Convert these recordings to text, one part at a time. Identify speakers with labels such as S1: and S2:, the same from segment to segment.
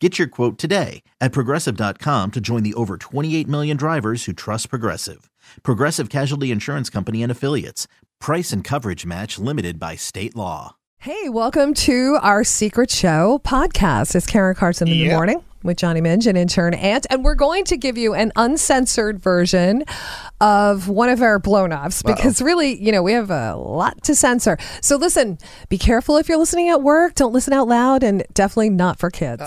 S1: Get your quote today at progressive.com to join the over 28 million drivers who trust Progressive. Progressive Casualty Insurance Company and Affiliates. Price and coverage match limited by state law.
S2: Hey, welcome to our Secret Show podcast. It's Karen Carson in the morning with Johnny Minge and intern Ant, and we're going to give you an uncensored version of one of our blown offs because really, you know, we have a lot to censor. So listen, be careful if you're listening at work. Don't listen out loud, and definitely not for kids.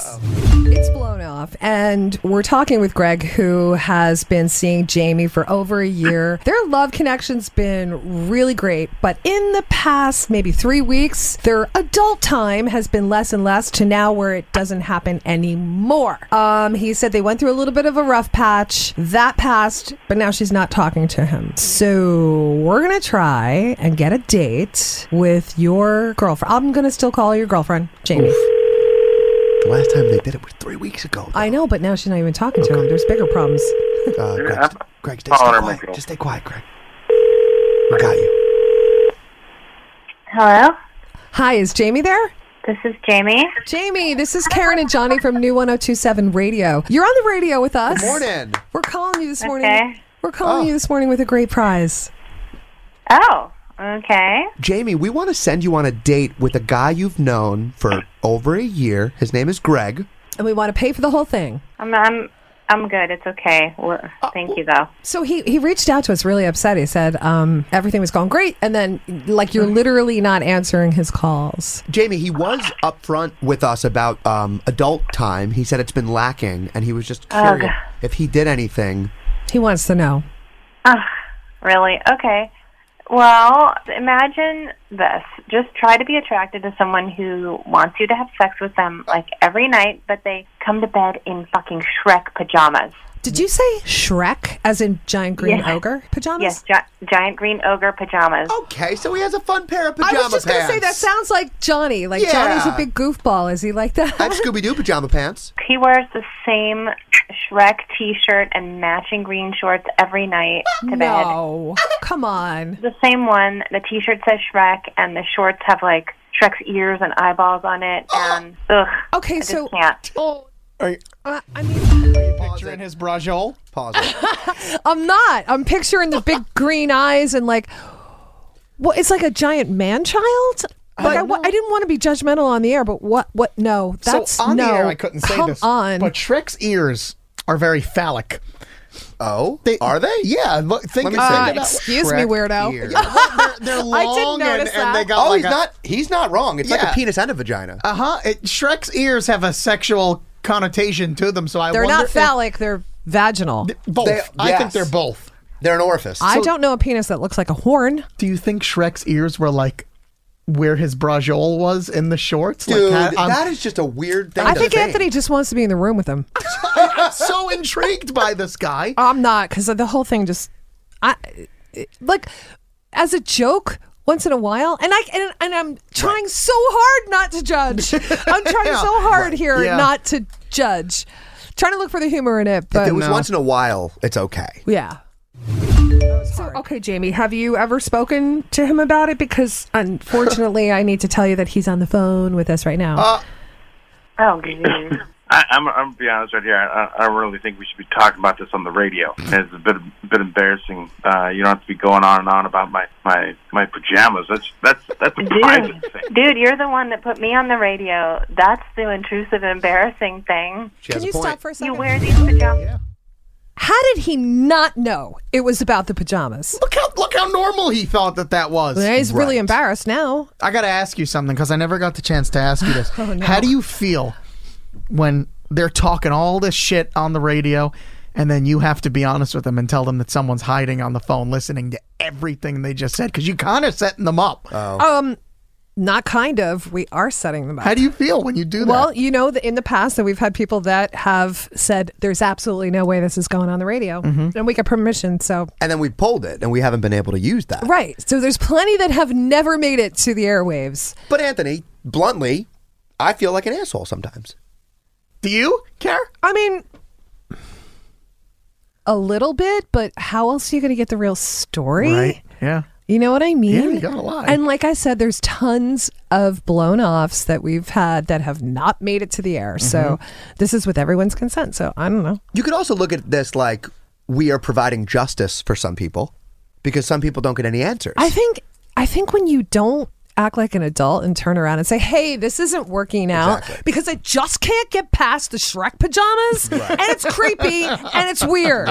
S2: It's blown off, and we're talking with Greg, who has been seeing Jamie for over a year. Their love connection's been really great, but in the past maybe three weeks, their adult time has been less and less to now where it doesn't happen anymore. Um, he said they went through a little bit of a rough patch that passed, but now she's not talking to him. So we're gonna try and get a date with your girlfriend. I'm gonna still call her your girlfriend, Jamie.
S3: The last time they did it was three weeks ago.
S2: I know, but now she's not even talking to him. There's bigger problems.
S3: Uh, Greg,
S4: Yeah.
S3: st- Greg, stay, stay
S4: Follow her, my
S3: quiet.
S4: girl.
S3: Just stay quiet, Greg. We got you.
S5: Hello,
S2: Hi, is Jamie there?
S5: this is Jamie.
S2: Jamie, this is Karen and Johnny from New 1027 Radio. You're on the radio with us.
S3: Morning.
S2: We're calling you this morning.
S5: Okay.
S2: We're calling
S3: Oh.
S2: you this morning with a great prize.
S5: Oh, okay.
S3: Jamie, we want to send you on a date with a guy you've known for over a year. His name is Greg.
S2: And we want to pay for the whole thing.
S5: I'm I'm I'm good. It's okay. Well, thank you though.
S2: So he, he reached out to us really upset. He said um, everything was going great. And then, like, you're literally not answering his calls.
S3: Jamie, he was upfront with us about um, adult time. He said it's been lacking, and he was just
S2: Oh,
S3: curious if he did anything.
S2: He wants to know.
S5: Oh, really? Okay. Well, imagine this. Just try to be attracted to someone who wants you to have sex with them like every night, but they come to bed in fucking Shrek pajamas.
S2: Did you say Shrek, as in giant green
S5: Yeah.
S2: ogre pajamas?
S5: Yes, gi- giant green ogre pajamas.
S3: Okay, so he has a fun pair of
S2: I
S3: pajama
S2: was just going to
S3: pants.
S2: say that sounds like Johnny. Like,
S3: Yeah.
S2: Johnny's a big goofball. Is he like that?
S3: I have Scooby Doo pajama pants.
S5: He wears the same Shrek t-shirt and matching green shorts every night to bed.
S2: no. Come on.
S5: the same one. The T-shirt says Shrek, and the shorts have like Shrek's ears and eyeballs on it. And ugh.
S2: Okay,
S5: I
S2: so-
S5: just can't.
S2: Oh,
S6: Are you
S2: I I mean,
S3: Pause
S6: in
S3: it.
S6: his bra hole?
S3: Pause it.
S2: I'm not. I'm picturing the big green eyes and like, what? It's like a giant man child. Like I, wa- I didn't want to be judgmental on the air, but what? What? No, that's
S6: so on
S2: no.
S6: the air, I couldn't say
S2: Come
S6: this.
S2: on.
S6: But Shrek's ears are very phallic.
S3: Oh, are they?
S6: Yeah, look, think,
S3: Let me
S6: think
S3: see.
S2: Uh,
S6: about-
S2: excuse me,
S3: Shrek
S2: weirdo.
S3: ears.
S6: Yeah, well, they're, they're long
S2: Ah, I didn't
S6: and,
S2: notice
S6: and they
S2: that.
S6: got
S3: Oh,
S6: like
S3: he's
S6: a-
S3: not. He's not wrong. It's like
S6: Yeah.
S3: a penis and a vagina.
S6: Uh-huh. It, Shrek's ears have a sexual connotation to them, so I
S2: they're
S6: wonder
S2: not
S6: if-
S2: phallic. They're vaginal.
S6: both.
S3: They-
S6: I think
S3: yes.
S6: they're both.
S3: They're an orifice.
S2: I don't know a penis that looks like a horn.
S6: Do you think Shrek's ears were like where his brajole was in the shorts?
S3: Dude,
S6: like, Um, I'm
S3: that is just a weird thing.
S2: I
S3: to
S2: think Anthony just wants to be in the room with him.
S6: so intrigued by this guy.
S2: I'm not because the whole thing just, I, it- like, as a joke once in a while, and I and, and I'm trying so hard not to judge. I'm trying so hard here
S6: Yeah.
S2: not to judge, trying to look for the humor in it.
S3: If
S2: But
S3: it was once in a while, it's okay.
S2: yeah. So, okay, Jamie, have you ever spoken to him about it? Because unfortunately, I need to tell you that he's on the phone with us right now.
S5: Oh, geez.
S4: I, I'm, I'm gonna be honest right here. I, I don't really think we should be talking about this on the radio. It's a bit a bit embarrassing. Uh, you don't have to be going on and on about my my my pajamas. That's that's that's a private
S5: Dude,
S4: thing.
S5: dude, you're the one that put me on the radio. That's the intrusive, embarrassing thing.
S3: She
S2: Can
S3: has
S2: you
S3: a point.
S2: stop for a
S5: You
S2: second?
S5: wear these pajamas.
S2: How did he not know it was about the pajamas?
S6: Look how look how normal he thought that that was.
S2: Yeah, He's really embarrassed now.
S6: I got to ask you something because I never got the chance to ask you this.
S2: Oh,
S6: How do you feel when they're talking all this shit on the radio and then you have to be honest with them and tell them that someone's hiding on the phone listening to everything they just said because you kind of setting them up?
S3: Oh.
S2: Not kind of. We are setting them up.
S6: How do you feel when you do that?
S2: Well, you know, that in the past that we've had people that have said there's absolutely no way this is going on the radio,
S6: Mm-hmm.
S2: and we got permission. So
S3: And then we pulled it, and we haven't been able to use that.
S2: right, so there's plenty that have never made it to the airwaves.
S3: But Anthony, bluntly, I feel like an asshole sometimes.
S6: do you care?
S2: I mean, a little bit, but how else are you going to get the real story?
S6: Yeah.
S2: You know what I mean?
S6: you gotta lie.
S2: And like I said, there's tons of blown offs that we've had that have not made it to the air. So
S6: Mm-hmm.
S2: this is with everyone's consent. So I don't know.
S3: You could also look at this like we are providing justice for some people because some people don't get any answers.
S2: I think I think when you don't act like an adult and turn around and say, "Hey, this isn't working out because I just can't get past the Shrek pajamas and it's creepy and it's weird."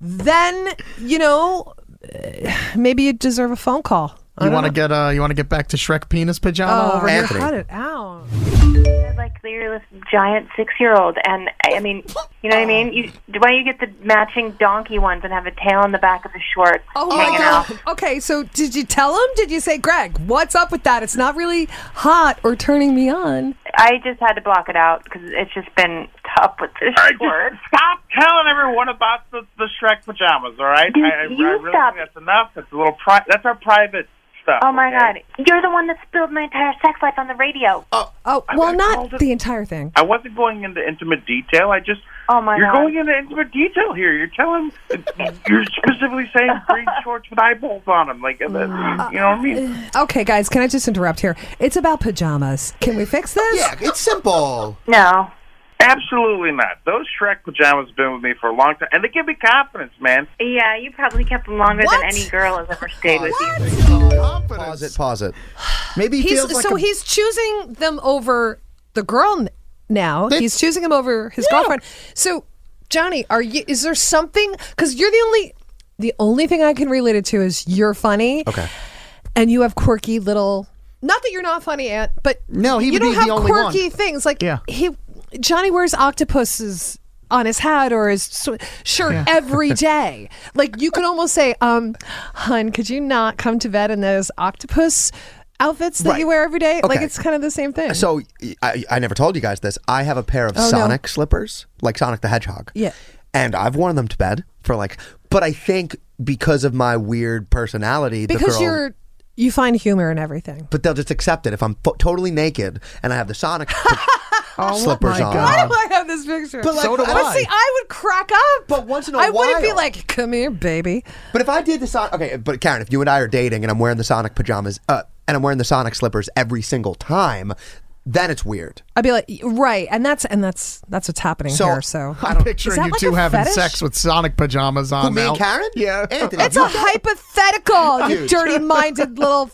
S2: Then, you know, eh, maybe you deserve a phone call. I
S6: You
S2: don't
S6: want to
S2: know.
S6: get uh, you want to get back to Shrek penis pajama
S2: Oh,
S6: over
S2: you
S6: here?
S3: Anthony.
S2: cut it out.
S5: like you're this giant six year old and I I mean you know what I mean? You why don't you get the matching donkey ones and have a tail on the back of the shorts
S2: Oh my
S5: hanging out?
S2: god. Okay, so did you tell him? Did you say, "Greg, what's up with that? It's not really hot or turning me on."
S5: I just had to block it out because it's just been tough with the
S4: All right,
S5: shorts.
S4: just stop telling everyone about the, the Shrek pajamas. All right,
S5: Dude,
S4: I, I, I
S5: you
S4: really
S5: stop.
S4: think that's enough. That's a little pri- That's our private stuff.
S5: Oh my
S4: okay?
S5: god, you're the one that spilled my entire sex life on the radio.
S2: Oh,
S4: I
S2: well,
S4: got
S2: not
S4: called it-
S2: the entire thing.
S4: I wasn't going into intimate detail. I just.
S5: Oh, my
S4: You're
S5: God.
S4: going into intimate detail here. You're telling. you're specifically saying green shorts with eyeballs on them. Like, uh, you know what I mean?
S2: Okay, guys, can I just interrupt here? It's about pajamas. Can we fix this?
S3: yeah, it's simple.
S5: No.
S4: Absolutely not. Those Shrek pajamas have been with me for a long time, and they give me confidence, man.
S5: Yeah, you probably kept them longer
S2: What?
S5: than any girl has ever stayed with you.
S2: Oh.
S3: Pause it, pause it.
S6: Maybe he
S2: He's,
S6: feels like
S2: so
S6: a-
S2: he's choosing them over the girl n- now. he's choosing him over his girlfriend. So, Johnny, are you? Is there something? Because you're the only, the only thing I can relate it to is you're funny.
S3: Okay.
S2: And you have quirky little. Not that you're not funny, Aunt, but
S6: No, he
S2: you
S6: would
S2: don't
S6: be the
S2: have
S6: only one.
S2: quirky things like
S6: Yeah.
S2: he. Johnny wears octopuses on his hat or his sw- shirt every day. like you could almost say, um, "Hun, could you not come to bed in those octopus outfits that you
S3: Right.
S2: wear every day?" Like
S3: Okay.
S2: it's kind of the same thing.
S3: So I, I never told you guys this. I have a pair of
S2: Oh, no.
S3: Sonic slippers, like Sonic the Hedgehog.
S2: Yeah.
S3: And I've worn them to bed for like, but I think because of my weird personality, the
S2: because
S3: girl-
S2: you're you find humor in everything.
S3: but they'll just accept it if I'm fo- totally naked and I have the Sonic
S6: oh,
S3: slippers
S6: my
S3: on.
S6: God.
S2: I have this picture. But
S3: like, So do
S2: I,
S3: I.
S2: see, I would crack up.
S3: But once in a
S2: I wouldn't be
S3: while.
S2: like, "Come here, baby."
S3: But if I did the Sonic, okay, but Karen, if you and I are dating and I'm wearing the Sonic pajamas, uh, and I'm wearing the Sonic slippers every single time, then it's weird.
S2: I'd be like, "Right," and that's and that's that's what's happening
S3: So,
S2: here. So
S6: I'm picturing
S2: that
S6: you
S2: like
S6: two
S2: a
S6: having
S2: fetish?
S6: sex with Sonic pajamas on.
S3: Who, me and
S6: now.
S3: Karen?
S6: Yeah.
S3: Anthony,
S2: It's a hypothetical, you
S3: Dude.
S2: dirty-minded little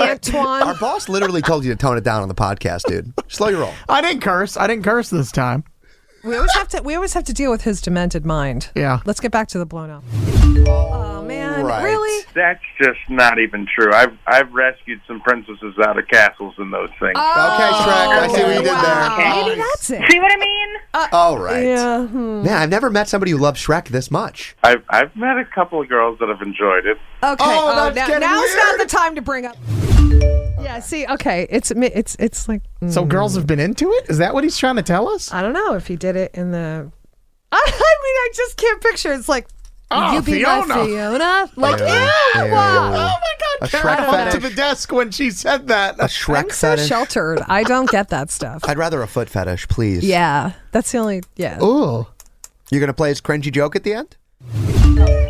S3: our
S2: Antoine.
S3: boss literally told you to tone it down on the podcast, dude. Slow your roll.
S6: I didn't curse. I didn't curse this time.
S2: We always have to. We always have to deal with his demented mind.
S6: Yeah.
S2: Let's get back to the blown up. Oh man,
S3: Right.
S2: really?
S4: That's just not even true. I've I've rescued some princesses out of castles and those things.
S3: Okay,
S2: Oh,
S3: Shrek, I see what you did
S2: Wow.
S3: there.
S2: Maybe that's it.
S5: Oh. See what I mean?
S3: All right.
S2: Yeah. hmm.
S3: Man, I've never met somebody who loves Shrek this much.
S4: I've I've met a couple of girls that have enjoyed it.
S2: Okay.
S3: Oh,
S2: Oh,
S3: that's
S2: now,
S3: getting
S2: now's not
S3: weird.
S2: the time to bring up. Yeah. See. Okay. It's mi- it's it's like mm,
S6: So girls have been into it. Is that what he's trying to tell us?
S2: I don't know if he did it in the. I, mean, I just can't picture. It's like
S6: Oh,
S3: Ah,
S2: you be my
S6: Fiona.
S2: Fiona. Like
S3: Ew.
S2: ew. Oh
S3: Ew.
S2: wow.
S3: A
S6: Karen
S3: Shrek
S6: went to
S3: fetish.
S6: the desk when she said that.
S3: A Shrek
S2: I'm so
S3: fetish.
S2: sheltered. I don't get that stuff.
S3: I'd rather a foot fetish, please.
S2: Yeah. That's the only. Yeah.
S6: Ooh.
S3: You're gonna play his cringy joke at the end?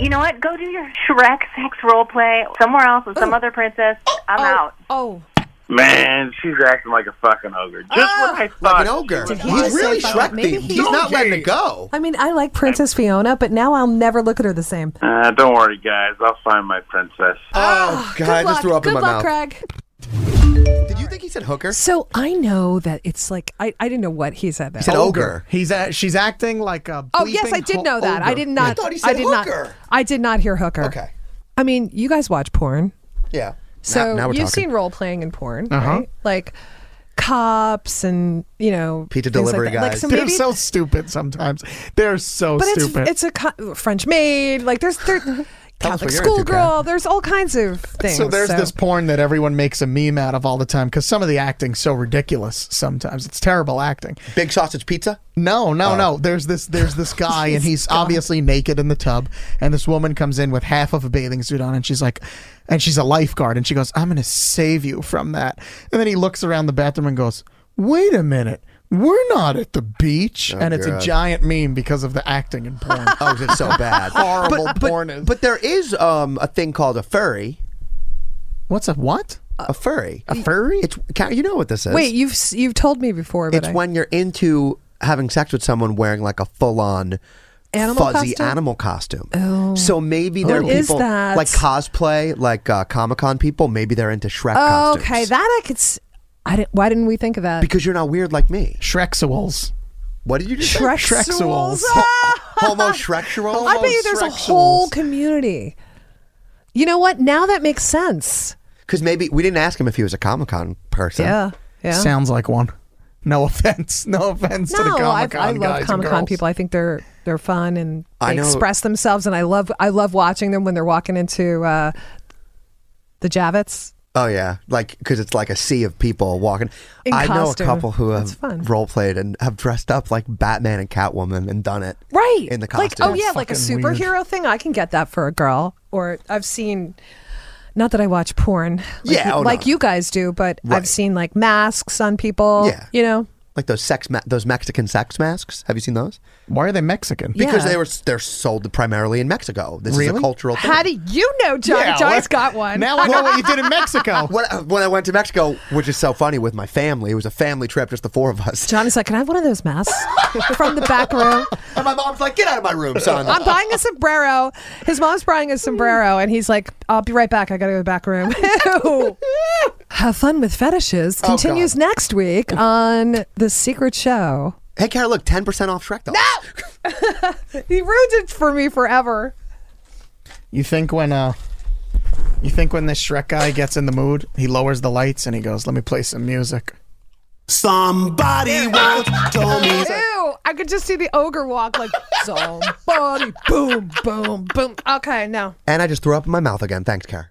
S5: You know what? Go do your Shrek sex role play somewhere else with some other princess. I'm out.
S2: Oh.
S4: Man, she's acting like a fucking ogre. Just
S5: Oh.
S4: what I thought.
S3: Like an ogre.
S2: Did he
S3: He's
S2: just
S3: really
S2: say fuck?
S3: Shrek
S2: Maybe
S3: themed.
S2: he-
S3: He's not letting it go.
S2: I mean, I like Princess Fiona, but now I'll never look at her the same.
S4: Uh, don't worry, guys. I'll find my princess.
S3: Oh, God,
S2: Good
S3: I just
S2: luck.
S3: threw up
S2: Good
S3: in my
S2: luck,
S3: mouth.
S2: Craig.
S3: Did you you think he said hooker?
S2: So I know that it's like I, I didn't know what he said there.
S3: said ogre.
S6: He's a, she's acting like a.
S2: oh yes,
S6: bleeping
S2: I did
S6: ho-
S2: know that. I
S6: ogre.
S2: did not.
S3: I thought he said
S2: did not.
S3: hooker.
S2: I did not hear hooker.
S3: Okay.
S2: I mean, you guys watch porn,
S3: Yeah.
S2: so
S3: now, now we're
S2: you've
S3: talking. Uh-huh.
S2: seen role playing in porn, right? Like cops and you know
S3: Pizza
S2: things
S3: delivery
S2: like that. Like,
S3: guys.
S2: so
S6: They're
S2: maybe-
S6: so stupid sometimes. They're so
S2: but it's
S6: stupid.
S2: it's a co- French maid. Like there's there, Catholic
S3: what you're into,
S2: schoolgirl. There's all kinds of things.
S6: so there's this porn that everyone makes a meme out of all the time because some of the acting's so ridiculous. Sometimes it's terrible acting.
S3: Big sausage pizza.
S6: No, no,
S2: Oh.
S6: no. There's this there's this guy and he's obviously naked in the tub and this woman comes in with half of a bathing suit on and she's like and she's a lifeguard and she goes, "I'm going to save you from that." And then he looks around the bathroom and goes, "Wait a minute. We're not at the beach."
S2: Oh,
S6: and it's a
S3: God.
S6: giant meme because of the acting in porn.
S3: Oh, is it so bad?
S6: Horrible
S3: but,
S6: porn is.
S3: but, but there is um, a thing called a furry.
S6: What's a what?
S3: A furry.
S6: A furry?
S3: It's Karen, you know what this is.
S2: Wait, you've s- you've told me before, but
S3: it's
S2: I-
S3: when you're into having sex with someone wearing like a full-on
S2: Animal
S3: fuzzy
S2: costume?
S3: animal costume. Oh. So maybe there are
S2: What is
S3: people
S2: that?
S3: like cosplay, like uh, Comic Con people. Maybe they're into Shrek
S2: Oh,
S3: costumes.
S2: okay, that I could. s- I didn't, why didn't we think of that?
S3: because you're not weird like me.
S6: Shrexuals.
S3: What did you just
S2: Shrek
S3: say?
S6: Shrexuals.
S3: Homo Shrexual.
S2: I bet you there's a whole community. You know what? Now that makes sense.
S3: Because maybe we didn't ask him if he was a Comic Con person.
S2: Yeah, yeah.
S6: Sounds like one. No offense. No offense to the
S2: no, I,
S6: Comic Con
S2: I love
S6: guys and
S2: Comic Con
S6: girls.
S2: people. I think they're they're fun and
S3: I
S2: they
S3: know-
S2: express themselves, and I love I love watching them when they're walking into uh, the Javits.
S3: Oh yeah, like because it's like a sea of people walking.
S2: In
S3: I know a
S2: costume.
S3: couple who
S2: That's
S3: have
S2: fun.
S3: role played and have dressed up like Batman and Catwoman and done it
S2: Right.
S3: in the costume.
S2: like oh yeah, like a
S6: fucking weird.
S2: superhero thing. I can get that for a girl. Or I've seen. Not that I watch porn, like,
S3: Yeah, oh, no.
S2: like you guys do, but I've
S3: Right.
S2: seen like masks on people.
S3: Yeah.
S2: you know,
S3: like those sex ma- those Mexican sex masks. Have you seen those?
S6: Why are they Mexican?
S3: Because
S2: Yeah.
S3: they were they're sold primarily in Mexico. This is
S6: Really?
S3: a cultural thing.
S2: How do you know, Johnny?
S6: Yeah,
S2: Johnny's
S6: what-
S2: got one.
S6: Now I know what you did in Mexico.
S3: when, I- when I went to Mexico, which is so funny with my family, it was a family trip, just the four of us.
S2: Johnny's like, can I have one of those masks from the back room?
S3: And my mom's like, "Get out of my room, son."
S2: I'm buying a sombrero. His mom's buying a sombrero, and he's like, I'll be right back. I got to go to the back room. Ew. Have fun with fetishes
S3: Oh,
S2: continues next week on The Secret Show.
S3: hey, Kara, look, ten percent off Shrek. No.
S2: He ruined it for me forever.
S6: You think when uh you think when this Shrek guy gets in the mood, he lowers the lights and he goes, "Let me play some music."
S7: Somebody once told me
S2: Ew. I could just see the ogre walk like, somebody, boom, boom, boom. Okay, no.
S3: And I just threw up in my mouth again. Thanks, Kara.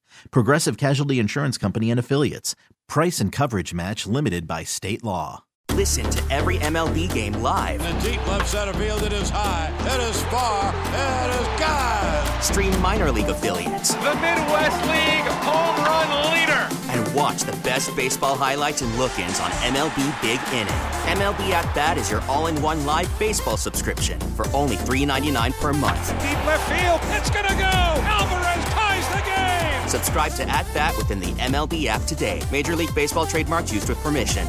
S1: Progressive Casualty Insurance Company and Affiliates. Price and coverage match limited by state law.
S7: Listen to every MLB game live.
S8: In the deep left center field, it is high, it is far, it is God.
S7: Stream minor league affiliates
S8: The Midwest League home run leader.
S7: and watch the best baseball highlights and look ins on MLB Big Inning. MLB At Bat is your all in one live baseball subscription for only $3.99 per month.
S8: Deep left field, it's gonna go. Alvarez ties the game.
S7: Subscribe to At Bat within the MLB app today. Major League Baseball trademarks used with permission.